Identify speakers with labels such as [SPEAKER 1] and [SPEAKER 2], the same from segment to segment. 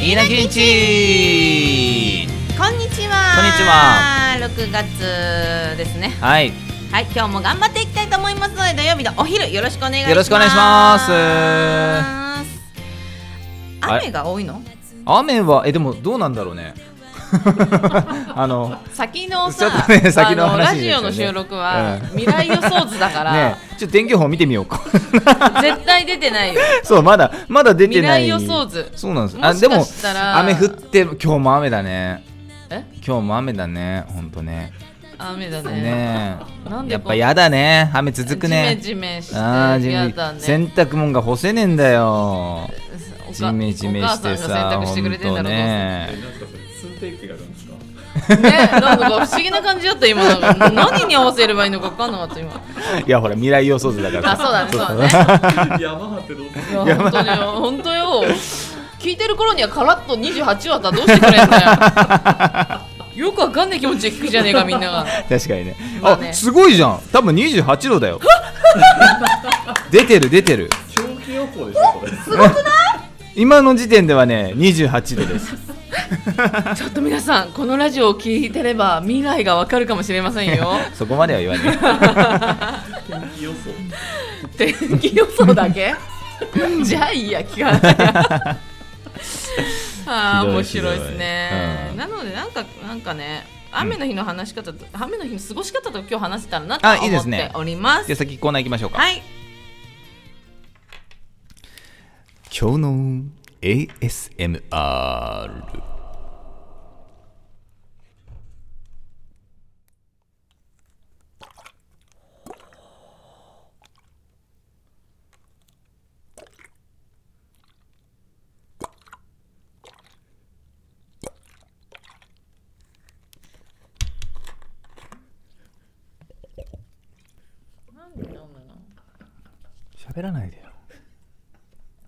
[SPEAKER 1] 飯田健一
[SPEAKER 2] こんにちは。
[SPEAKER 1] こんにちは。
[SPEAKER 2] 六月ですね。
[SPEAKER 1] はい
[SPEAKER 2] はい、今日も頑張っていきたいと思いますので、土曜日のお昼よろしくお願いします。
[SPEAKER 1] よろしくお願いしますあれ
[SPEAKER 2] 雨が多いの？
[SPEAKER 1] 雨はえでもどうなんだろうね あの
[SPEAKER 3] 先の
[SPEAKER 1] ちょ
[SPEAKER 3] さ、
[SPEAKER 1] っとね先の
[SPEAKER 3] あのラ
[SPEAKER 1] 話です
[SPEAKER 3] ジ
[SPEAKER 1] よね
[SPEAKER 3] オの収録は
[SPEAKER 1] うん
[SPEAKER 3] 未来予想図だから、
[SPEAKER 1] ねちょっと天気予報見てみようか
[SPEAKER 3] 絶対出てないよ。
[SPEAKER 1] そうまだまだ出てない
[SPEAKER 3] 未来予想図
[SPEAKER 1] そうなんです
[SPEAKER 3] も
[SPEAKER 1] あ
[SPEAKER 3] し
[SPEAKER 1] で
[SPEAKER 3] か
[SPEAKER 1] も
[SPEAKER 3] したら
[SPEAKER 1] 雨降って今日も雨だね
[SPEAKER 3] え
[SPEAKER 1] 今日も雨だねほんとね
[SPEAKER 3] 雨だね。
[SPEAKER 1] ねえ
[SPEAKER 3] なんで
[SPEAKER 1] やっぱやだね雨続くね
[SPEAKER 3] ジメジメして
[SPEAKER 1] あージ
[SPEAKER 3] や
[SPEAKER 1] メ
[SPEAKER 3] だね。
[SPEAKER 1] 洗濯物が干せねえんだよ
[SPEAKER 3] おか
[SPEAKER 1] ジメジメして
[SPEAKER 3] お母さん
[SPEAKER 1] さ
[SPEAKER 3] が洗濯してくれてん
[SPEAKER 1] ほ
[SPEAKER 3] だろう
[SPEAKER 1] ね
[SPEAKER 4] 寸定期があるんですか
[SPEAKER 3] どうせね、なんか不思議な感じだった今のが。何に合わせればいいのか分かんなかった今。
[SPEAKER 1] いやほら未来予想図だから
[SPEAKER 3] あ、そうだね、そう
[SPEAKER 4] 山張ってどうする
[SPEAKER 3] だね。いや本当によ、本当よ。聞いてる頃にはカラッと28話だどうしてくれんだよ。よくわかんない気持ちで聞くじゃねえかみんなが。
[SPEAKER 1] 確かにね
[SPEAKER 3] ま
[SPEAKER 1] あ
[SPEAKER 3] あね
[SPEAKER 1] すごいじゃん多分28度だよ 出てる出てる
[SPEAKER 4] 長期予報でしょこれ
[SPEAKER 1] 今の時点ではね28度です
[SPEAKER 3] ちょっと皆さん、このラジオを聞いてれば未来がわかるかもしれませんよ。
[SPEAKER 1] そこまでは言わない
[SPEAKER 4] 天気予想
[SPEAKER 3] 天気予想だけじゃあいいや、聞かないや。ああ、
[SPEAKER 1] ひどい
[SPEAKER 3] 面白いですね
[SPEAKER 1] ひどい。うん
[SPEAKER 3] なので、なんか、なんかね、雨の日の話し方と、雨の日の過ごし方と今日話せたらなと
[SPEAKER 1] あ
[SPEAKER 3] はい
[SPEAKER 1] いで
[SPEAKER 3] 思っ
[SPEAKER 1] すね
[SPEAKER 3] ております。
[SPEAKER 1] じゃあ先コーナー行きましょうか、
[SPEAKER 2] はい。
[SPEAKER 1] 今日の ASMR
[SPEAKER 3] なんで飲むの
[SPEAKER 1] 喋らないでよ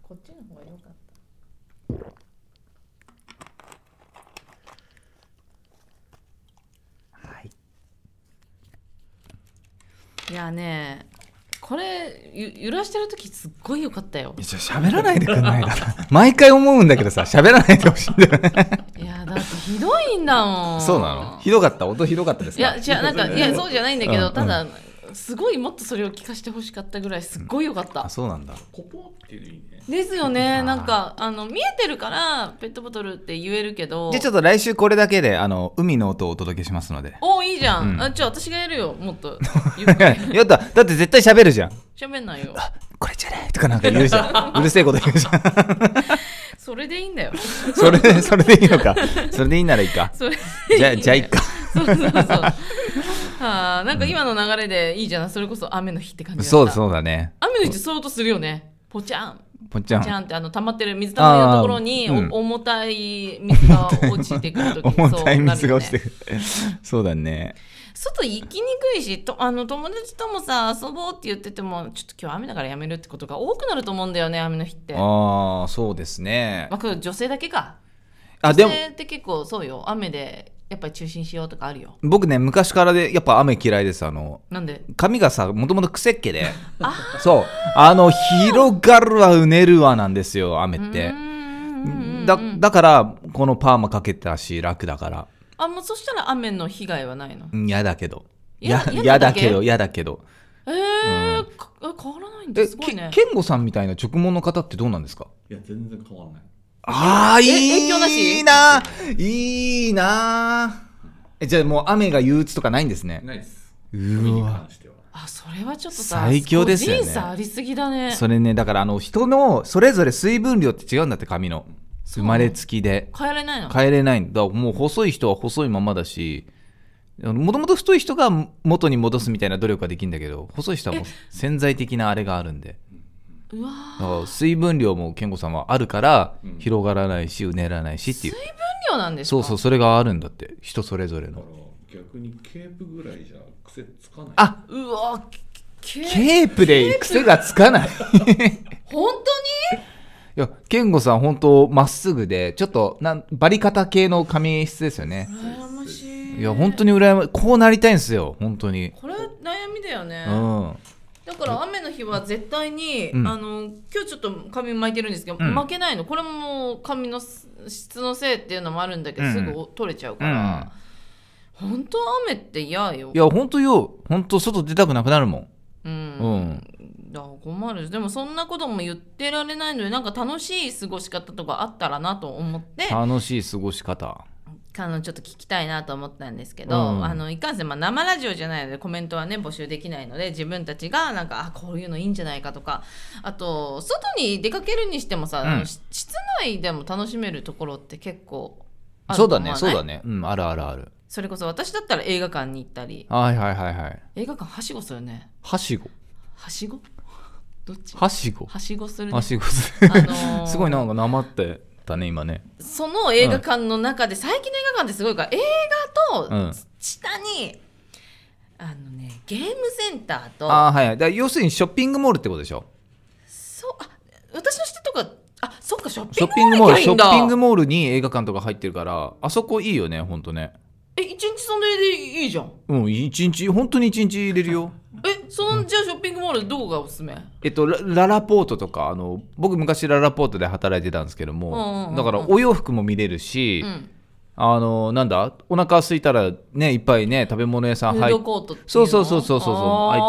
[SPEAKER 3] こっちの方が良かった。
[SPEAKER 1] はい
[SPEAKER 3] いやね、これ、ゆ揺らしてる時すっごい良かったよ。
[SPEAKER 1] じゃあ喋らないでくんないかな毎回思うんだけどさ喋らないでほしいんだよね
[SPEAKER 3] いや、だってひどいんだもん。
[SPEAKER 1] そうなのひどかった音ひどかったですか
[SPEAKER 3] いや、じゃあなんか、いや、そうじゃないんだけ
[SPEAKER 1] う
[SPEAKER 3] ど、
[SPEAKER 1] ん
[SPEAKER 3] ただ、すごいもっとそれを聞かせてほしかったぐらい、すっごい良かった
[SPEAKER 1] あ。そうなんだ
[SPEAKER 4] コポっていうのいいね
[SPEAKER 3] ですよね、なんか、あの、見えてるから、ペットボトルって言えるけど。
[SPEAKER 1] じゃあちょっと来週これだけであの海の音をお届けしますので
[SPEAKER 3] おいいじゃん。
[SPEAKER 1] うん
[SPEAKER 3] あ、じゃあ私がやるよ、もっと。ゆっく り
[SPEAKER 1] やっただって絶対喋るじゃん
[SPEAKER 3] 喋んないよ。
[SPEAKER 1] これじゃないとかなんか言うじゃん うるせえこと言うじゃん
[SPEAKER 3] それでいいんだよ。
[SPEAKER 1] それでそれでいい のかそれでいいならいいか
[SPEAKER 3] それで
[SPEAKER 1] じゃあじゃあいっか
[SPEAKER 3] そうそうそう。はあ、なんか今の流れでいいじゃん。それこそ雨の日って感じだった。
[SPEAKER 1] そうそうだね
[SPEAKER 3] 雨の日ってそういう音するよね。ポチャン。
[SPEAKER 1] ぽっちゃ
[SPEAKER 3] ちゃん
[SPEAKER 1] ん
[SPEAKER 3] ってあの溜まってる水溜まりのところに
[SPEAKER 1] あーうん
[SPEAKER 3] お重たい水が落ちてくるとき
[SPEAKER 1] 重たい水が落ち て
[SPEAKER 3] る
[SPEAKER 1] くるそうだね
[SPEAKER 3] 外行きにくいしとあの友達ともさ遊ぼうって言っててもちょっと今日雨だからやめるってことが多くなると思うんだよね雨の日ってま
[SPEAKER 1] ああそうですね
[SPEAKER 3] あこれ女性だけか
[SPEAKER 1] あ
[SPEAKER 3] 女
[SPEAKER 1] でも
[SPEAKER 3] 性って結構そうよ雨でやっぱり中心しようとかあるよ
[SPEAKER 1] 僕ね昔からでやっぱ雨嫌いですあの
[SPEAKER 3] なんで
[SPEAKER 1] 髪がさもともと癖っ気でそうあの広がるわうねるわなんですよ雨って
[SPEAKER 3] うーんうんうんうん
[SPEAKER 1] だだからこのパーマかけたし楽だから
[SPEAKER 3] あもうそしたら雨の被害はないの
[SPEAKER 1] うん嫌だけど
[SPEAKER 3] や
[SPEAKER 1] や
[SPEAKER 3] や
[SPEAKER 1] やだ
[SPEAKER 3] だけ
[SPEAKER 1] けど嫌だけど
[SPEAKER 3] えーかあ変わらないんだ
[SPEAKER 1] え
[SPEAKER 3] すごいね
[SPEAKER 1] け健吾さんみたいな直毛の方ってどうなんですか
[SPEAKER 4] いや全然変わんない
[SPEAKER 1] ああいい
[SPEAKER 3] 影響なし
[SPEAKER 1] いいないいなえじゃあもう雨が憂鬱とかないんですね
[SPEAKER 4] ないです海
[SPEAKER 1] う
[SPEAKER 4] に
[SPEAKER 1] わ
[SPEAKER 4] 関しては
[SPEAKER 3] あそれはちょっとさ
[SPEAKER 1] 最強ですよね
[SPEAKER 3] 個人差ありすぎだね
[SPEAKER 1] それねだからあの人のそれぞれ水分量って違うんだって髪の生まれつきで
[SPEAKER 3] 変えれないの
[SPEAKER 1] 変えれないんだもう細い人は細いままだしもともと太い人が元に戻すみたいな努力はできるんだけど細い人はもう潜在的なあれがあるんで
[SPEAKER 3] うわ
[SPEAKER 1] だから水分量も健吾さんはあるから
[SPEAKER 4] うん
[SPEAKER 1] 広がらないしうねらないしっていう、
[SPEAKER 3] 何量なんですか
[SPEAKER 1] そうそうそれがあるんだって人それぞれ
[SPEAKER 4] だ
[SPEAKER 1] の
[SPEAKER 4] から逆にケープぐらいじゃ癖つかない
[SPEAKER 1] あ
[SPEAKER 3] うわけけ
[SPEAKER 1] ケープで癖がつかないい
[SPEAKER 3] 本
[SPEAKER 1] や健吾さん本当まっすぐでちょっとなんバリカタ系の髪質ですよね
[SPEAKER 3] 当に羨ましい
[SPEAKER 1] いや本当に羨まこうなりたいんですよ本当に
[SPEAKER 3] これ悩みだよね
[SPEAKER 1] うん
[SPEAKER 3] だから雨の日は絶対に、
[SPEAKER 1] うん
[SPEAKER 3] あの今日ちょっと髪巻いてるんですけど、
[SPEAKER 1] うん
[SPEAKER 3] 負けないのこれも髪の質のせいっていうのもあるんだけど、
[SPEAKER 1] うん
[SPEAKER 3] すぐ取れちゃうから、本当雨って嫌よ
[SPEAKER 1] いや本当よ本当外出たくなくなるもん
[SPEAKER 3] うん、
[SPEAKER 1] う
[SPEAKER 3] だから困るでもそんなことも言ってられないのでなんか楽しい過ごし方とかあったらなと思って
[SPEAKER 1] 楽しい過ごし方
[SPEAKER 3] あのちょっと聞きたいなと思ったんですけど、
[SPEAKER 1] うん
[SPEAKER 3] あのいかんせん、まあ、生ラジオじゃないのでコメントはね募集できないので自分たちがなんかあこういうのいいんじゃないかとかあと外に出かけるにしてもさ、
[SPEAKER 1] うん
[SPEAKER 3] あのし室内でも楽しめるところって結構ある
[SPEAKER 1] そ
[SPEAKER 3] と
[SPEAKER 1] う
[SPEAKER 3] 思
[SPEAKER 1] だ
[SPEAKER 3] わな
[SPEAKER 1] ねそ
[SPEAKER 3] い
[SPEAKER 1] うだねうんあるあるある
[SPEAKER 3] それこそ私だったら映画館に行ったり
[SPEAKER 1] はいはいはいはい
[SPEAKER 3] 映画館はしごするね
[SPEAKER 1] はしご
[SPEAKER 3] はしごどっち
[SPEAKER 1] はしご
[SPEAKER 3] はしごする、ね
[SPEAKER 1] は、しごす
[SPEAKER 3] あの ー
[SPEAKER 1] すごいなんかなまってたね今ね
[SPEAKER 3] その映画館の中で、最近の映画館ってすごいから映
[SPEAKER 1] うん
[SPEAKER 3] 画と下に、あのねゲームセンターと
[SPEAKER 1] ああはいだから要するにショッピングモールってことでしょ
[SPEAKER 3] そうあ私の知ってるとかあそっかショッ
[SPEAKER 1] ショッピ
[SPEAKER 3] ピ
[SPEAKER 1] ン
[SPEAKER 3] ン
[SPEAKER 1] グ
[SPEAKER 3] グ
[SPEAKER 1] モー
[SPEAKER 3] モー
[SPEAKER 1] ル
[SPEAKER 3] ル
[SPEAKER 1] ショ
[SPEAKER 3] がいいんだ
[SPEAKER 1] ッピングモールに映画館とか入ってるからあそこいいよねほんとね
[SPEAKER 3] え一日それでいいじゃん
[SPEAKER 1] うん一日本当に一日入れるよ
[SPEAKER 3] えそのじゃあショッピングモールどこがおすすめ
[SPEAKER 1] えっと、ラララポートとかあの僕昔ララポートで働いてたんですけども、
[SPEAKER 3] うんうんうんうん
[SPEAKER 1] だからお洋服も見れるし、
[SPEAKER 3] うん
[SPEAKER 1] あのなんだお腹空いたらねいっぱいね食べ物屋さん
[SPEAKER 3] フー
[SPEAKER 1] 入っ
[SPEAKER 3] ドコートっていうの
[SPEAKER 1] そうそうそうそうそう入ってる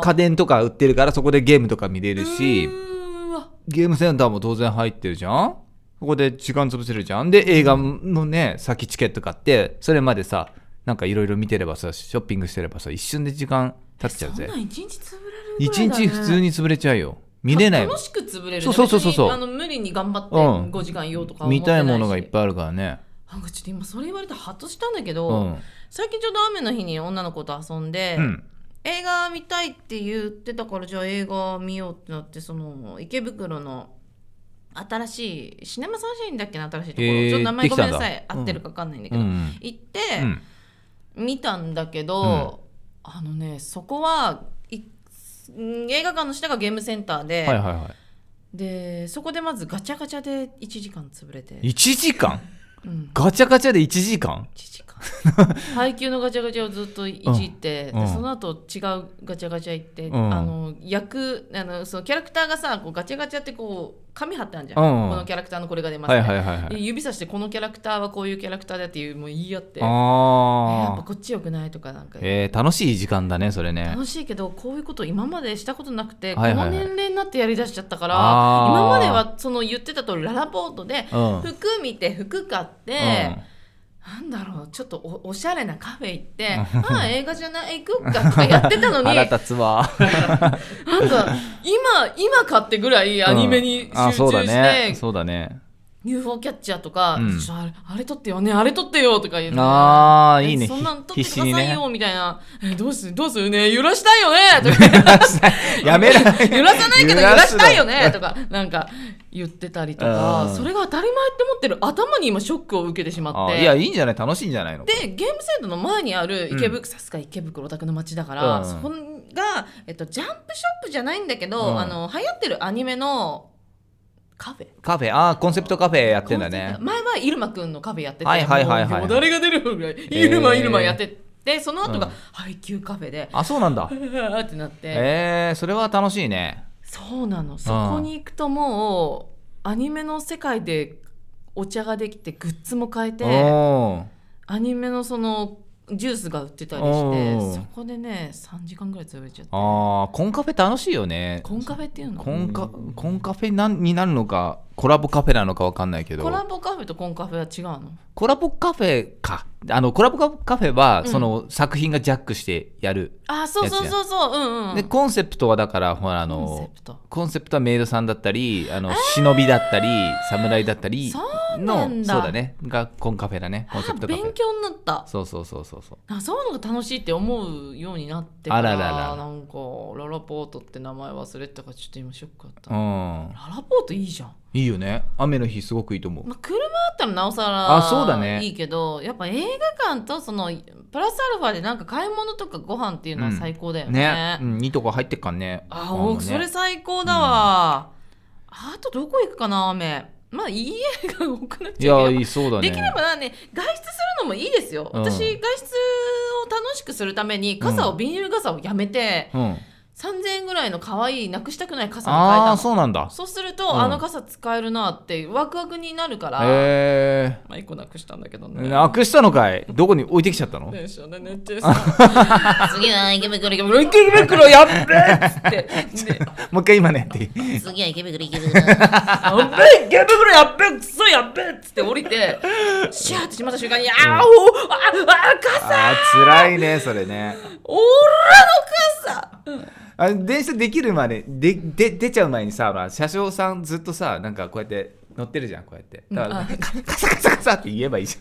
[SPEAKER 1] し家電とか売ってるからそこでゲームとか見れるし
[SPEAKER 3] うーわ
[SPEAKER 1] ゲームセンターも当然入ってるじゃんここで時間潰せるじゃんで映画のね先チケット買ってそれまでさなんかいろいろ見てればさショッピングしてればさ一瞬で時間経っちゃう
[SPEAKER 3] そん
[SPEAKER 1] ぜ
[SPEAKER 3] なん一日潰れるぐら
[SPEAKER 1] 一
[SPEAKER 3] いだ、ね、
[SPEAKER 1] 日普通に潰れちゃうよ見れないもん
[SPEAKER 3] 楽しく潰れる、ね、
[SPEAKER 1] そうそうそうそうそう
[SPEAKER 3] 別にあの無理に頑張って
[SPEAKER 1] うん
[SPEAKER 3] 5時間いようとか思っ
[SPEAKER 1] 見
[SPEAKER 3] てな
[SPEAKER 1] た
[SPEAKER 3] いし、
[SPEAKER 1] いものがいっぱいあるからね。
[SPEAKER 3] なんかちょっと今それ言われてハッとしたんだけど、
[SPEAKER 1] うん。
[SPEAKER 3] 最近ちょうど雨の日に女の子と遊んで、
[SPEAKER 1] うん。
[SPEAKER 3] 映画見たいって言ってたからじゃあ映画見ようってなってその池袋の新しいシネマサンシャインだっけな新しいところ、
[SPEAKER 1] へー
[SPEAKER 3] ちょっと名前
[SPEAKER 1] で
[SPEAKER 3] ご
[SPEAKER 1] きた
[SPEAKER 3] め
[SPEAKER 1] んだ
[SPEAKER 3] んなさい合ってるか分かんないんだけ
[SPEAKER 1] う
[SPEAKER 3] ど、
[SPEAKER 1] ん。
[SPEAKER 3] 行って、
[SPEAKER 1] うん。
[SPEAKER 3] 見たんだけど、あのねそこはいうん映画館の下がゲームセンターで、
[SPEAKER 1] はいはいは
[SPEAKER 3] でそこでまずガチャガチャで1時間潰れて、
[SPEAKER 1] い。1時間
[SPEAKER 3] うん、
[SPEAKER 1] ガチャガチャで1時間
[SPEAKER 3] 1時間 配給のガチャガチャをずっといじって、
[SPEAKER 1] うん
[SPEAKER 3] でその後違うガチャガチャ行って、
[SPEAKER 1] うん
[SPEAKER 3] あの役あのそのキャラクターがさこうガチャガチャってこう紙貼ってあるじゃん、
[SPEAKER 1] うんうん
[SPEAKER 3] このキャラクターのこれが出ます
[SPEAKER 1] は
[SPEAKER 3] ね、
[SPEAKER 1] いはいはいはい。
[SPEAKER 3] で指さしてこのキャラクターはこういうキャラクターだっていうもう言い合って、えーやっぱ
[SPEAKER 1] ああ。
[SPEAKER 3] こっちよくないとかなんか、
[SPEAKER 1] えー、楽しい時間だね、それね。
[SPEAKER 3] 楽しいけどこういうこと今までしたことなくて、
[SPEAKER 1] はいはいはい
[SPEAKER 3] この年齢になってやりだしちゃったから
[SPEAKER 1] あー
[SPEAKER 3] 今まではその言ってた通りララポートで
[SPEAKER 1] うん。うん
[SPEAKER 3] 服見て服買って、なんだろうちょっとおおしゃれなカフェ行って「ああ映画じゃない行くか」とかやってたのに
[SPEAKER 1] 腹
[SPEAKER 3] なんか
[SPEAKER 1] 立つわ。
[SPEAKER 3] 今今買ってぐらいアニメに集
[SPEAKER 1] あ
[SPEAKER 3] 中
[SPEAKER 1] そうだ
[SPEAKER 3] して、
[SPEAKER 1] ね。そうだね。
[SPEAKER 3] UFO キャッチャーとか、
[SPEAKER 1] うん
[SPEAKER 3] ちょっとあれあれ撮ってよねあれ撮ってよとか言うの
[SPEAKER 1] ああ、いい
[SPEAKER 3] え
[SPEAKER 1] ね。
[SPEAKER 3] そんなん撮って
[SPEAKER 1] 必
[SPEAKER 3] く
[SPEAKER 1] 死に
[SPEAKER 3] ださい
[SPEAKER 1] ね。
[SPEAKER 3] よみたいな、えどうするどうするね揺らしたいよねとか
[SPEAKER 1] やめられ
[SPEAKER 3] 揺らさないけど揺らしたいよね
[SPEAKER 1] 揺らす
[SPEAKER 3] とかなんか言ってたりとか
[SPEAKER 1] うん
[SPEAKER 3] それが当たり前って思ってる頭に今ショックを受けてしま
[SPEAKER 1] な
[SPEAKER 3] っ
[SPEAKER 1] あ
[SPEAKER 3] て
[SPEAKER 1] いや、いいんじゃない楽しいんじゃないの
[SPEAKER 3] でゲームセンターの前にある池
[SPEAKER 1] う
[SPEAKER 3] 袋さすが池袋オタクの街だから、
[SPEAKER 1] うん
[SPEAKER 3] そこが、えっと、ジャンプショップじゃないんだけど、
[SPEAKER 1] うん
[SPEAKER 3] あの流行ってるアニメのカフェ
[SPEAKER 1] カフェ、ああ、コンセプトカフェやってんだね。
[SPEAKER 3] 前はイルマくんのカフェやってて、
[SPEAKER 1] はいはいはいはい
[SPEAKER 3] もう誰が出るぐらい
[SPEAKER 1] ー
[SPEAKER 3] イルマイルマやってて、その後
[SPEAKER 1] う
[SPEAKER 3] が
[SPEAKER 1] ん
[SPEAKER 3] 配給カフェで、
[SPEAKER 1] あ、そうなんだ。
[SPEAKER 3] うわーってなって、
[SPEAKER 1] えー、それは楽しいね。
[SPEAKER 3] そうなのそこに行くともうアニメの世界でお茶ができてグッズも買えて。
[SPEAKER 1] おー
[SPEAKER 3] アニメのそのジュースが売ってたり
[SPEAKER 1] お
[SPEAKER 3] して
[SPEAKER 1] ー
[SPEAKER 3] そこでね3時間ぐらい潰れちゃって
[SPEAKER 1] あーコンカフェ楽しいよね
[SPEAKER 3] コンカフェっていうの
[SPEAKER 1] コンカコンカフェなんになるのかコラボカフェなのかわかんないけど
[SPEAKER 3] コラボカフェとコンカフェは違うの
[SPEAKER 1] コラボカフェかあのコラボカフェは、
[SPEAKER 3] うん
[SPEAKER 1] その作品がジャックしてやる、
[SPEAKER 3] あそうそうそうそううんうん
[SPEAKER 1] でコンセプトはだからほらあ
[SPEAKER 3] コンセ
[SPEAKER 1] の
[SPEAKER 3] プト
[SPEAKER 1] コンセプトはメイドさんだったりあの忍びだったり侍だったり
[SPEAKER 3] そうな
[SPEAKER 1] の
[SPEAKER 3] んだ
[SPEAKER 1] そうだねがコンカフェだねコンセプ
[SPEAKER 3] あ
[SPEAKER 1] トカフ
[SPEAKER 3] 勉
[SPEAKER 1] ェ
[SPEAKER 3] 強になった
[SPEAKER 1] そうそうそうそうそう
[SPEAKER 3] あそういうのが楽しいって思うようになってから
[SPEAKER 1] あららら
[SPEAKER 3] なんかララポートって名前忘れてたからちょっと今ショックだった、
[SPEAKER 1] うん
[SPEAKER 3] ララポートいいじゃん、
[SPEAKER 1] いいよね雨の日すごくいいと思う
[SPEAKER 3] まあ、車だったらなおさ
[SPEAKER 1] あそうだね
[SPEAKER 3] らいいけど、やっぱ映画館とそのプラスアルファでなんか買い物とかご飯っていうのは最高だよ
[SPEAKER 1] ね、うん、いいとこ入ってっかんね
[SPEAKER 3] あ、
[SPEAKER 1] の
[SPEAKER 3] お
[SPEAKER 1] ね
[SPEAKER 3] それ最高だわ、あとどこ行くかな雨まあ家が多くなっ
[SPEAKER 1] い
[SPEAKER 3] ちゃう
[SPEAKER 1] や
[SPEAKER 3] けど
[SPEAKER 1] いいそうだね
[SPEAKER 3] できればね外出するのもいいですよ、
[SPEAKER 1] うん
[SPEAKER 3] 私外出を楽しくするために傘を、
[SPEAKER 1] うん
[SPEAKER 3] ビニール傘をやめて
[SPEAKER 1] うん、
[SPEAKER 3] 3000円ぐらいの可愛いなくしたくない傘に変え
[SPEAKER 1] あ
[SPEAKER 3] た
[SPEAKER 1] あ
[SPEAKER 3] の
[SPEAKER 1] そうなんだ
[SPEAKER 3] そうする
[SPEAKER 1] うん
[SPEAKER 3] とあの傘使えるなってワクワクになるから、
[SPEAKER 1] へ
[SPEAKER 3] まあ1個なくしたんだけど
[SPEAKER 1] え
[SPEAKER 3] ね
[SPEAKER 1] なくしたのかいどこに置いてきちゃったの
[SPEAKER 3] 電車 で寝てさ次は池袋池袋池袋やっべえっつ ってで
[SPEAKER 1] もう一回 今ねっていう
[SPEAKER 2] 次は池袋池袋。
[SPEAKER 3] やっべえ池袋やっべえくそやっべえっつって降りてシャーってしまった瞬間にあーおーああ傘
[SPEAKER 1] あー辛いねそれね
[SPEAKER 3] オーラの傘
[SPEAKER 1] あ電車できるまででで出ちゃう前にさ、まあ、車掌さんずっとさなんかこうやって乗ってるじゃんこうやってだから、
[SPEAKER 3] うんあ
[SPEAKER 1] カカサカサカサって言えばいいじ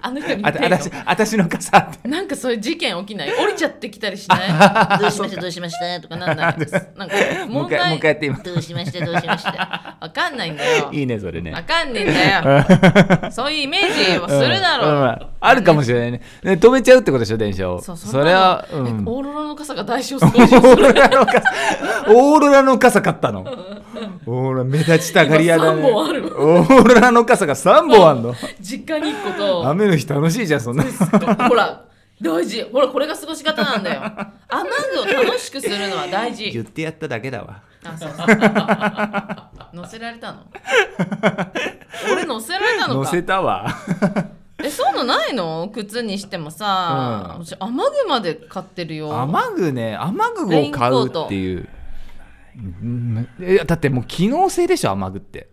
[SPEAKER 3] あの人
[SPEAKER 1] ゃ
[SPEAKER 3] に
[SPEAKER 1] んあ
[SPEAKER 3] 言
[SPEAKER 1] あ
[SPEAKER 3] ったて
[SPEAKER 1] たしあたしの傘って
[SPEAKER 3] なんかそういう事件起きない降りちゃってきたりしない
[SPEAKER 2] どうしましたどうしましたとか
[SPEAKER 3] な
[SPEAKER 2] なん
[SPEAKER 3] ない なんか
[SPEAKER 1] もう一
[SPEAKER 3] 問
[SPEAKER 1] 回もう
[SPEAKER 3] 題
[SPEAKER 1] 一回やって今
[SPEAKER 2] どうしましたどうしました。
[SPEAKER 3] わかんないんだよ
[SPEAKER 1] いいねそれね
[SPEAKER 3] わかんねえんだよそういうイメージはするだろう、
[SPEAKER 1] うんうんあるかもしれないねね止めちゃうってことでしょ電車を
[SPEAKER 3] そうそ
[SPEAKER 1] れは、
[SPEAKER 3] ん
[SPEAKER 1] う
[SPEAKER 3] なのえ
[SPEAKER 1] ん、オ
[SPEAKER 3] オーロラの傘が代償すごいです
[SPEAKER 1] ーロラの傘オーロラの傘買ったのオーロラ目立ちたがり屋だね
[SPEAKER 3] 今三本ある
[SPEAKER 1] オーロラの傘が3本あんの
[SPEAKER 3] 実家に行くこと
[SPEAKER 1] 雨の日楽しいじゃんそんな
[SPEAKER 3] ほら大事ほらこれが過ごし方なんだよ雨具を楽しくするのは大
[SPEAKER 1] 言
[SPEAKER 3] 事
[SPEAKER 1] ってやっただけだわ
[SPEAKER 3] あそうそう乗せられたの俺乗せられたの
[SPEAKER 1] 乗
[SPEAKER 3] か
[SPEAKER 1] せたわ
[SPEAKER 3] えそういうのないの靴にしてもさ、
[SPEAKER 1] うん
[SPEAKER 3] 私雨具まで買ってるよ
[SPEAKER 1] 雨具ね雨具を買うっていううんえだってもう機能性でしょ雨具って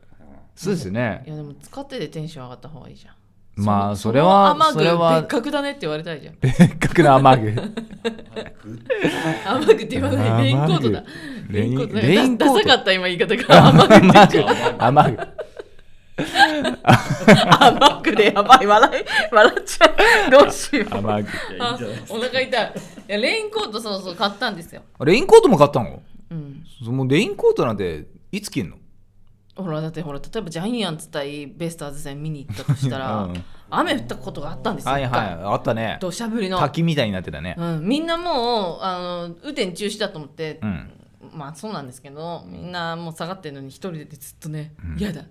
[SPEAKER 1] そうですよ
[SPEAKER 3] い
[SPEAKER 1] ね
[SPEAKER 3] やでも使っててテンション上がった方がいいじゃん
[SPEAKER 1] まあそれは
[SPEAKER 3] の雨具
[SPEAKER 1] それ
[SPEAKER 3] 別
[SPEAKER 1] は
[SPEAKER 3] 格だねって言われたいじゃん
[SPEAKER 1] 別格の雨具
[SPEAKER 3] 雨具って言わないレインコートだ
[SPEAKER 1] 雨具
[SPEAKER 3] レインコートだ
[SPEAKER 1] レインレインコート
[SPEAKER 3] ダサかった今言い方が雨具
[SPEAKER 1] 雨具雨具
[SPEAKER 3] 雨具でやばい笑い笑っちゃうどうしよう
[SPEAKER 1] 雨
[SPEAKER 4] いやいい
[SPEAKER 3] あ
[SPEAKER 4] んじゃないですか
[SPEAKER 3] お腹痛いいやレインコートそうそう買ったんですよ、
[SPEAKER 1] 具レインコートも買ったの
[SPEAKER 3] うん、
[SPEAKER 1] そのレインコートなんていつ着んの
[SPEAKER 3] ほらだってほら例えばジャイアンツ対ベイスターズ戦見に行ったとしたら、
[SPEAKER 1] うん
[SPEAKER 3] 雨降ったことがあったんですよ
[SPEAKER 1] はい
[SPEAKER 3] 一
[SPEAKER 1] はい
[SPEAKER 3] 回
[SPEAKER 1] あったね
[SPEAKER 3] 土砂降りの
[SPEAKER 1] 滝みたいになってたね
[SPEAKER 3] うん、みんなもうあの雨天中止だと思って、
[SPEAKER 1] うん
[SPEAKER 3] まあそうなんですけどみんなもう下がってるのに一人でずっとね「嫌、だ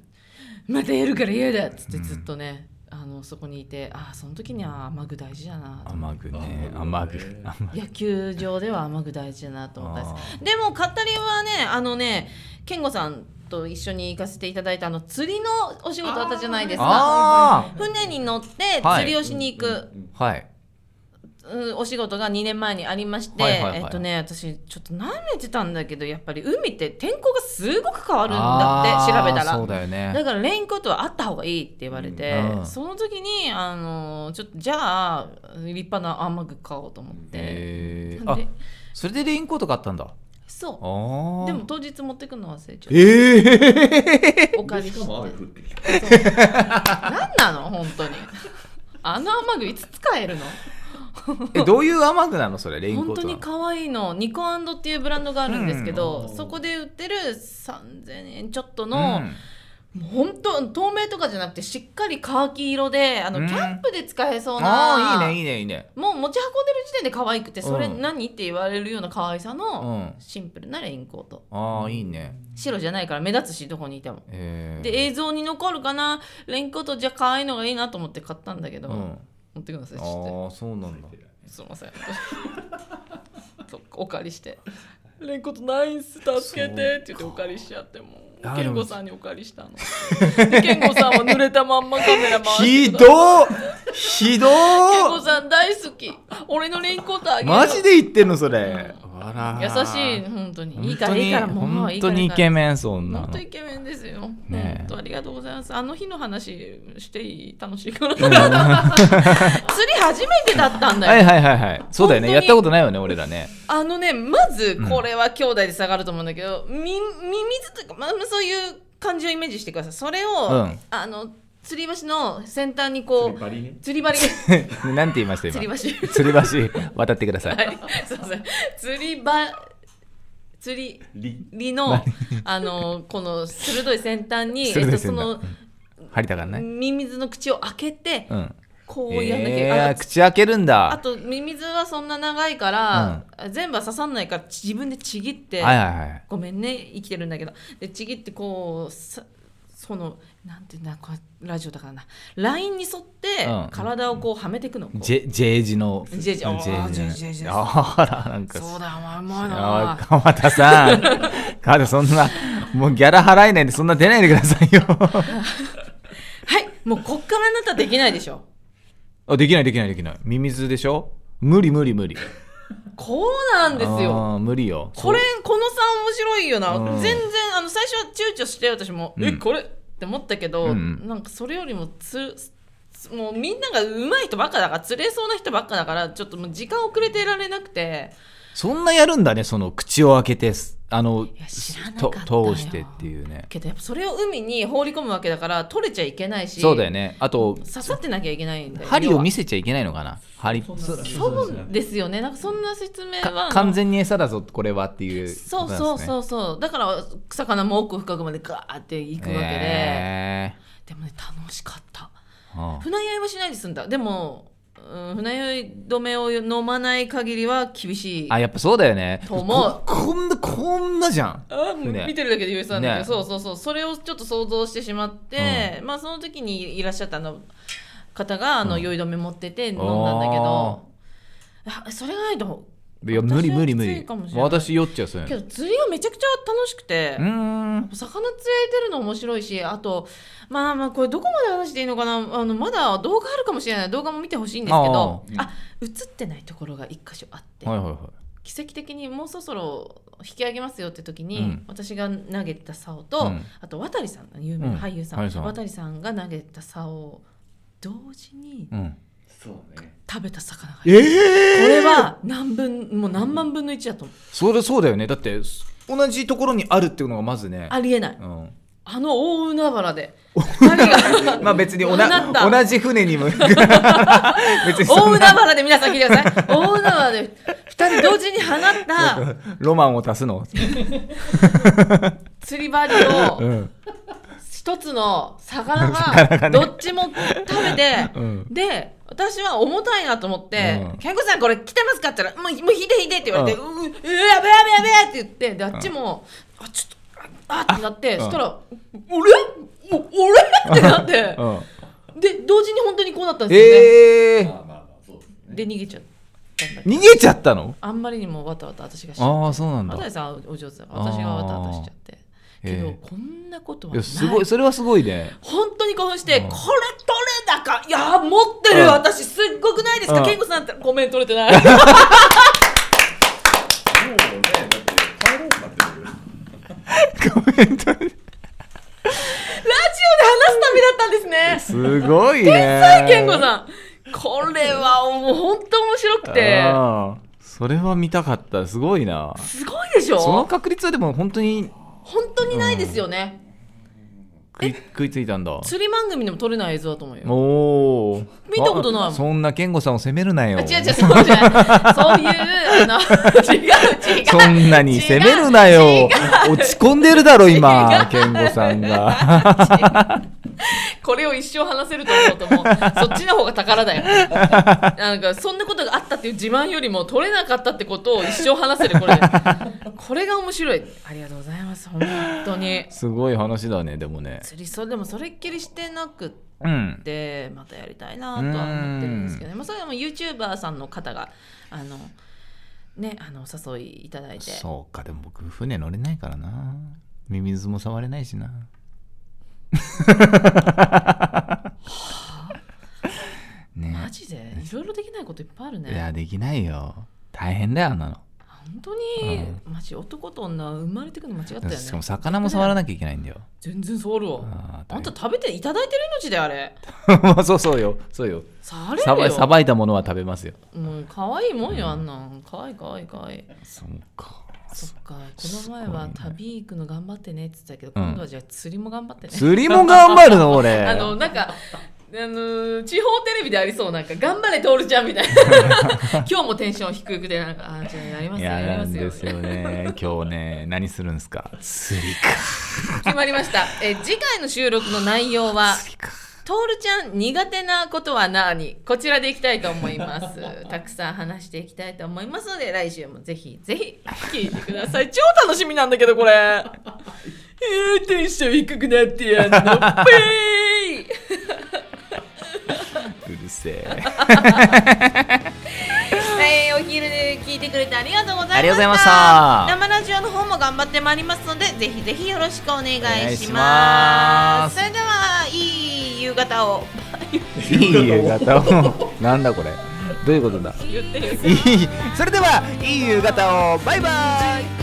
[SPEAKER 3] またやるから嫌だ」っつってずっとね、あのそこにいてああその時には雨具大事だなと
[SPEAKER 1] 雨具ね雨具雨具
[SPEAKER 3] 野球場では雨具大事だなと思ったんですでも語りはねあのね健吾さんと一緒に行かせていただいたあの釣りのお仕事あったじゃないですか
[SPEAKER 1] あ
[SPEAKER 3] 船に乗って
[SPEAKER 1] はい
[SPEAKER 3] 釣りをしに行く、
[SPEAKER 1] あはい
[SPEAKER 3] うんお仕事が2年前にありまして、
[SPEAKER 1] はいはいはい
[SPEAKER 3] えっとね私ちょっと舐めてたんだけどやっぱり海って天候がすごく変わるんだって調
[SPEAKER 1] あー
[SPEAKER 3] べたら
[SPEAKER 1] そうだよね
[SPEAKER 3] だからレインコートはあった方がいいって言われて、
[SPEAKER 1] うんうん
[SPEAKER 3] その時にあのちょっとじゃあ立派な雨具買おうと思って、
[SPEAKER 1] えー
[SPEAKER 3] なん
[SPEAKER 1] あ
[SPEAKER 3] で
[SPEAKER 1] それでレインコート買ったんだあ
[SPEAKER 3] そ
[SPEAKER 1] ー
[SPEAKER 3] うでも当日持ってくの忘れちゃっ
[SPEAKER 1] え え
[SPEAKER 3] たお借
[SPEAKER 4] で
[SPEAKER 3] りし
[SPEAKER 4] しか
[SPEAKER 3] て
[SPEAKER 4] も雨降ってきた。
[SPEAKER 3] 何なの本当にあの雨具いつ使えるの
[SPEAKER 1] えどういう雨具なのそれレインコ
[SPEAKER 3] 本
[SPEAKER 1] ー
[SPEAKER 3] 当
[SPEAKER 1] ト
[SPEAKER 3] に
[SPEAKER 1] なの
[SPEAKER 3] 可愛いのニコアンドっていうブランドがあるんですけど、
[SPEAKER 4] うん
[SPEAKER 3] そこで売ってる3000円ちょっと
[SPEAKER 1] う
[SPEAKER 3] の、
[SPEAKER 1] ん
[SPEAKER 3] もう本当透明とかじゃなくてしっかりカーキ色であの、
[SPEAKER 1] うん
[SPEAKER 3] キャンプで使えそうな
[SPEAKER 1] ああいいねいいねいいね
[SPEAKER 3] もう持ち運んでる時点で可愛くてそれ
[SPEAKER 1] うん
[SPEAKER 3] 何、って言われるような可愛さ
[SPEAKER 1] う
[SPEAKER 3] の、
[SPEAKER 1] ん
[SPEAKER 3] シンプルなレインコート
[SPEAKER 1] ああいいね
[SPEAKER 3] 白じゃないから目立つしどこにいても。
[SPEAKER 1] えー、
[SPEAKER 3] で映像に残るかなレインコートじゃ可愛いのがいいなと思って買ったんだけど、
[SPEAKER 1] うん
[SPEAKER 3] 持ってくださいちょっと
[SPEAKER 1] ああそうなんだ
[SPEAKER 3] すみません。 そうお借りして。レンコトないんす助けてって言ってお借りしちゃっても
[SPEAKER 1] そうか
[SPEAKER 3] う。ケンゴさんにお借りしたの。でケンゴさんは濡れたまんまカメラ回して
[SPEAKER 1] ひど
[SPEAKER 3] ください。
[SPEAKER 1] っひど
[SPEAKER 3] ケンゴ
[SPEAKER 1] っ
[SPEAKER 3] さん大好き。 俺のレインコートあげるよ。
[SPEAKER 1] マジで言ってんのそれあら
[SPEAKER 3] 優しい本当にいいからいいからもうもう
[SPEAKER 1] 本
[SPEAKER 3] いいか
[SPEAKER 1] 当
[SPEAKER 3] ら
[SPEAKER 1] に
[SPEAKER 3] いい
[SPEAKER 1] イ
[SPEAKER 3] から
[SPEAKER 1] ケメンそんな
[SPEAKER 3] 本
[SPEAKER 1] の
[SPEAKER 3] 当イケメンですよ。
[SPEAKER 1] ねえ
[SPEAKER 3] 本当ありがとうございます。あの日の話していい楽しい から。釣り初めてだったんだよ
[SPEAKER 1] は。いはいはいはいそうだよ
[SPEAKER 3] 本当
[SPEAKER 1] ね
[SPEAKER 3] に
[SPEAKER 1] やったことないよね俺ら ね
[SPEAKER 3] あのねまずこれは兄弟で下がると思うんだけど、みミミズとか、まあ、そういう感じをイメージしてくださいそれを、
[SPEAKER 1] うん
[SPEAKER 3] あの吊り橋の先端に
[SPEAKER 4] 釣
[SPEAKER 3] こ
[SPEAKER 4] り
[SPEAKER 3] う
[SPEAKER 4] 針ね。
[SPEAKER 3] 吊り針
[SPEAKER 1] なんて言いました
[SPEAKER 3] 吊り
[SPEAKER 1] 今
[SPEAKER 3] 橋
[SPEAKER 1] 吊り橋渡ってください
[SPEAKER 3] はいすいません吊り場吊り
[SPEAKER 4] り。
[SPEAKER 3] りのあのこの鋭い先端に
[SPEAKER 1] 鋭い
[SPEAKER 3] えっと、
[SPEAKER 1] 先
[SPEAKER 3] そ
[SPEAKER 1] 端
[SPEAKER 3] の
[SPEAKER 1] 針だからね
[SPEAKER 3] ミミズの口を開けて、
[SPEAKER 1] うん
[SPEAKER 3] こうやんなきゃいけない、
[SPEAKER 1] えー、口開けるん
[SPEAKER 3] あ
[SPEAKER 1] だ
[SPEAKER 3] とミミズはそんな長いから、全部は刺さんないから自分でちぎって、
[SPEAKER 1] はいはいはい
[SPEAKER 3] ごめんね生きてるんだけどでちぎってこうさそのなんていうんだこうラジオだからなラインに沿って
[SPEAKER 1] うん
[SPEAKER 3] 体をこうはめていくの、こう
[SPEAKER 1] J, J 字の
[SPEAKER 3] J 字あー J 字 J 字
[SPEAKER 1] あらなんか
[SPEAKER 3] そうだお前うまい
[SPEAKER 1] あー
[SPEAKER 3] な
[SPEAKER 1] 鎌田さん 鎌田そんなもうギャラ払えないんでそんな出ないでくださいよ
[SPEAKER 3] はいもうこっからあなたできないでしょ
[SPEAKER 1] あできないできないできないミミズでしょ無理無理無理
[SPEAKER 3] こうなんですよ
[SPEAKER 1] あー無理よ
[SPEAKER 3] これこの3面白いよな、
[SPEAKER 1] うん
[SPEAKER 3] 全然あの最初は躊躇して私も、
[SPEAKER 1] うん
[SPEAKER 3] えこれって思ったけど、
[SPEAKER 1] うん
[SPEAKER 3] なんかそれよりもつつもうみんなが上手い人ばっかだから釣れそうな人ばっかだからちょっともう時間遅れていられなくて
[SPEAKER 1] そんなやるんだねその口を開けてすあの
[SPEAKER 3] や知らなか
[SPEAKER 1] と
[SPEAKER 3] ったよ
[SPEAKER 1] 通してっていうね
[SPEAKER 3] けどやっぱそれを海に放り込むわけだから取れちゃいけないし
[SPEAKER 1] そうだよねあと
[SPEAKER 3] 刺さってなきゃいけないんだよ
[SPEAKER 1] 針を見
[SPEAKER 3] せ
[SPEAKER 1] せちゃいけないのかな針
[SPEAKER 4] そんな
[SPEAKER 1] そ
[SPEAKER 3] そうですよねなんかそんな説明
[SPEAKER 1] か
[SPEAKER 3] は
[SPEAKER 1] 完全に餌だぞこれはっていう
[SPEAKER 3] そうそう
[SPEAKER 1] う
[SPEAKER 3] そうそうだから魚も奥深くまでガーって行くわけで、
[SPEAKER 1] え
[SPEAKER 3] でもね楽しかった
[SPEAKER 1] ーああ
[SPEAKER 3] 船酔いはしないで済んだでも、うん、船酔い止めを飲まない限りは厳しい
[SPEAKER 1] あやっぱそうだよね
[SPEAKER 3] と思う
[SPEAKER 1] ここんなこんなじゃん
[SPEAKER 3] あ
[SPEAKER 1] 船
[SPEAKER 3] 見てるだけで言えそうなんだけど、
[SPEAKER 1] ね
[SPEAKER 3] そうそうそうそれをちょっと想像してしまって、まあその時にいらっしゃったあの方があの酔い止め持ってて飲んだんだけど、あそれがないと
[SPEAKER 1] いや無理無理無
[SPEAKER 3] 私はきつ
[SPEAKER 1] 理
[SPEAKER 3] いかもしれない
[SPEAKER 1] 私酔っちゃうそれ
[SPEAKER 3] けど釣りはめちゃくちゃ楽しくて
[SPEAKER 1] う。ーん
[SPEAKER 3] 魚釣れてるの面白いしあとまあまあこれどこまで話していいのかなあのまだ動画あるかもしれない動画も見てほしいんですけど
[SPEAKER 4] ああ
[SPEAKER 3] あ映ってないところが一箇所あって、
[SPEAKER 1] はいはいはい
[SPEAKER 3] 奇跡的にもうそろそろ引き上げますよって時に、
[SPEAKER 1] うん
[SPEAKER 3] 私が投げた竿と、
[SPEAKER 1] うん
[SPEAKER 3] あと渡さん有名な俳優さん,、
[SPEAKER 1] うんはいさん
[SPEAKER 3] 渡さんが投げた竿を同時に
[SPEAKER 1] うん
[SPEAKER 4] そうね。
[SPEAKER 3] 食べた魚がい
[SPEAKER 1] え
[SPEAKER 3] る、
[SPEAKER 1] え
[SPEAKER 3] これは何分もう何万分の1だと思う
[SPEAKER 1] それそうだよねだって同じところにあるっていうのがまずね
[SPEAKER 3] ありえない
[SPEAKER 1] うん
[SPEAKER 3] あの大海原で2人が
[SPEAKER 1] まあ別におな
[SPEAKER 3] なった
[SPEAKER 1] 同じ船 にも別にそん
[SPEAKER 3] 大海
[SPEAKER 1] な
[SPEAKER 3] 原で皆さん聞いてください大海原で2人同時に放った
[SPEAKER 1] ロマンを足すの、
[SPEAKER 3] 釣り針を
[SPEAKER 1] ん
[SPEAKER 3] 一つの魚がどっちも食べて、
[SPEAKER 1] うん
[SPEAKER 3] で私は重たいなと思って
[SPEAKER 1] うん
[SPEAKER 3] 「健吾さんこれ来てますか?」って言ったら「もうもう引いて引いて」って言われて「う
[SPEAKER 1] う
[SPEAKER 3] ううやべやべやべやべ」って言ってであっちも「あちょっとああっ」ってなって
[SPEAKER 1] うん
[SPEAKER 3] そしたら「俺も俺?」ってなって
[SPEAKER 1] うん、
[SPEAKER 3] で同時に本当にこうなったんですよね、
[SPEAKER 1] ええ
[SPEAKER 4] まあまあまあ、そうですね。
[SPEAKER 3] で逃げちゃったんだけど
[SPEAKER 1] 逃げちゃったの
[SPEAKER 3] あんまりにもわたわた私がしちゃって
[SPEAKER 1] ああそうなんだ
[SPEAKER 3] 渡さんはお上手だから私がわたわたしちゃってけ
[SPEAKER 1] へ
[SPEAKER 3] ど
[SPEAKER 1] え
[SPEAKER 3] こんなことはい
[SPEAKER 1] や
[SPEAKER 3] ない
[SPEAKER 1] すごいそれはすごいね
[SPEAKER 3] 本当に興奮して、
[SPEAKER 1] うん
[SPEAKER 3] これ取れたかいやー持ってる、
[SPEAKER 1] うん
[SPEAKER 3] 私すっごくないですか、
[SPEAKER 1] うん
[SPEAKER 3] 健吾さんってごめん取れてな いい
[SPEAKER 4] もうね、だって帰ろうかって 思うよ。
[SPEAKER 1] コメント
[SPEAKER 3] ラジオで話すためだったんですね
[SPEAKER 1] すごいね天
[SPEAKER 3] 健吾さんこれはもう本当面白くて
[SPEAKER 1] ああそれは見たかったすごいな
[SPEAKER 3] すごいでしょ
[SPEAKER 1] その確率はでも本当に
[SPEAKER 3] 本当にないですよね、
[SPEAKER 1] 食い食いついたんだ
[SPEAKER 3] 釣り番組でも撮れない映像だと思うよ
[SPEAKER 1] おお
[SPEAKER 3] 見たことないもん
[SPEAKER 1] そんな健吾さんを責めるなよ
[SPEAKER 3] あ違う違うそうじゃないそういうあの違う違 う
[SPEAKER 1] そんなに責めるなよ落ち込んでるだろ今健吾さんが
[SPEAKER 3] これを一生話せると思うともうそっちの方が宝だよなんかそんなことがあったっていう自慢よりも取れなかったってことを一生話せるこれこれが面白いありがとうございます本当に
[SPEAKER 1] すごい話だねでもね
[SPEAKER 3] 釣りそうでもそれっきりしてなくっ
[SPEAKER 1] うん
[SPEAKER 3] てまたやりたいなとは思ってるんですけどね、まあ、それはもう YouTuber さんの方があのねあのお誘いいただいて
[SPEAKER 1] そうかでも僕船乗れないからなミミズも触れないしな
[SPEAKER 3] マ
[SPEAKER 1] ね
[SPEAKER 3] ジでいろいろできないこといっぱいある
[SPEAKER 1] い
[SPEAKER 3] ね
[SPEAKER 1] やできないよ大変だよあんなの
[SPEAKER 3] 本当に、マジ男と女は生まれてくの間違ったよね
[SPEAKER 1] しかも魚も触らなきゃいけないんだよ
[SPEAKER 3] 全然触るわ
[SPEAKER 1] あー
[SPEAKER 3] あんた食べていただいてる命だよあれ
[SPEAKER 1] ま あそうそうよそうよ
[SPEAKER 3] 触
[SPEAKER 1] さ
[SPEAKER 3] れ
[SPEAKER 1] ば
[SPEAKER 3] る
[SPEAKER 1] さ
[SPEAKER 3] よ
[SPEAKER 1] ばいたものは食べますよ
[SPEAKER 3] もう可愛いもんよあんなん可愛い可愛い可愛い
[SPEAKER 1] そうか
[SPEAKER 3] そっかこ
[SPEAKER 1] す
[SPEAKER 3] の
[SPEAKER 1] ごいね
[SPEAKER 3] 前は旅行くの頑張ってねって言ってたけど今度はじゃあ釣りも頑張ってね、
[SPEAKER 1] 釣りも頑張るの俺
[SPEAKER 3] あのなんかあのー地方テレビでありそうなんか頑張れ徹ちゃんみたい な今日もテンション低くてなんかあーじゃあやりますよ
[SPEAKER 1] や
[SPEAKER 3] やり
[SPEAKER 1] な
[SPEAKER 3] ま
[SPEAKER 1] ん
[SPEAKER 3] すよ
[SPEAKER 1] ですよ ね今日ね何するんですか釣りか
[SPEAKER 3] 決まりましたえ次回の収録の内容は
[SPEAKER 1] 釣りか
[SPEAKER 3] トールちゃん苦手なことは何こちらでいきたいと思います。たくさん話していきたいと思いますので、来週もぜひぜひ聞いてください。超楽しみなんだけど、これ。
[SPEAKER 5] えーテンション低くなってやんの。ぺー
[SPEAKER 1] うるせえ
[SPEAKER 3] えー、お昼で聞いてくれてありがとうございました
[SPEAKER 1] ありがとうございました
[SPEAKER 3] 生ラジオの方も頑張ってまいりますのでぜひぜひよろしくお願いし
[SPEAKER 1] お願い
[SPEAKER 3] ます
[SPEAKER 1] します
[SPEAKER 3] それではいい夕方を
[SPEAKER 1] いい夕方をなんだこれどういうことだ
[SPEAKER 5] 言ってよ。
[SPEAKER 1] いいそれではいい夕方をバイバイ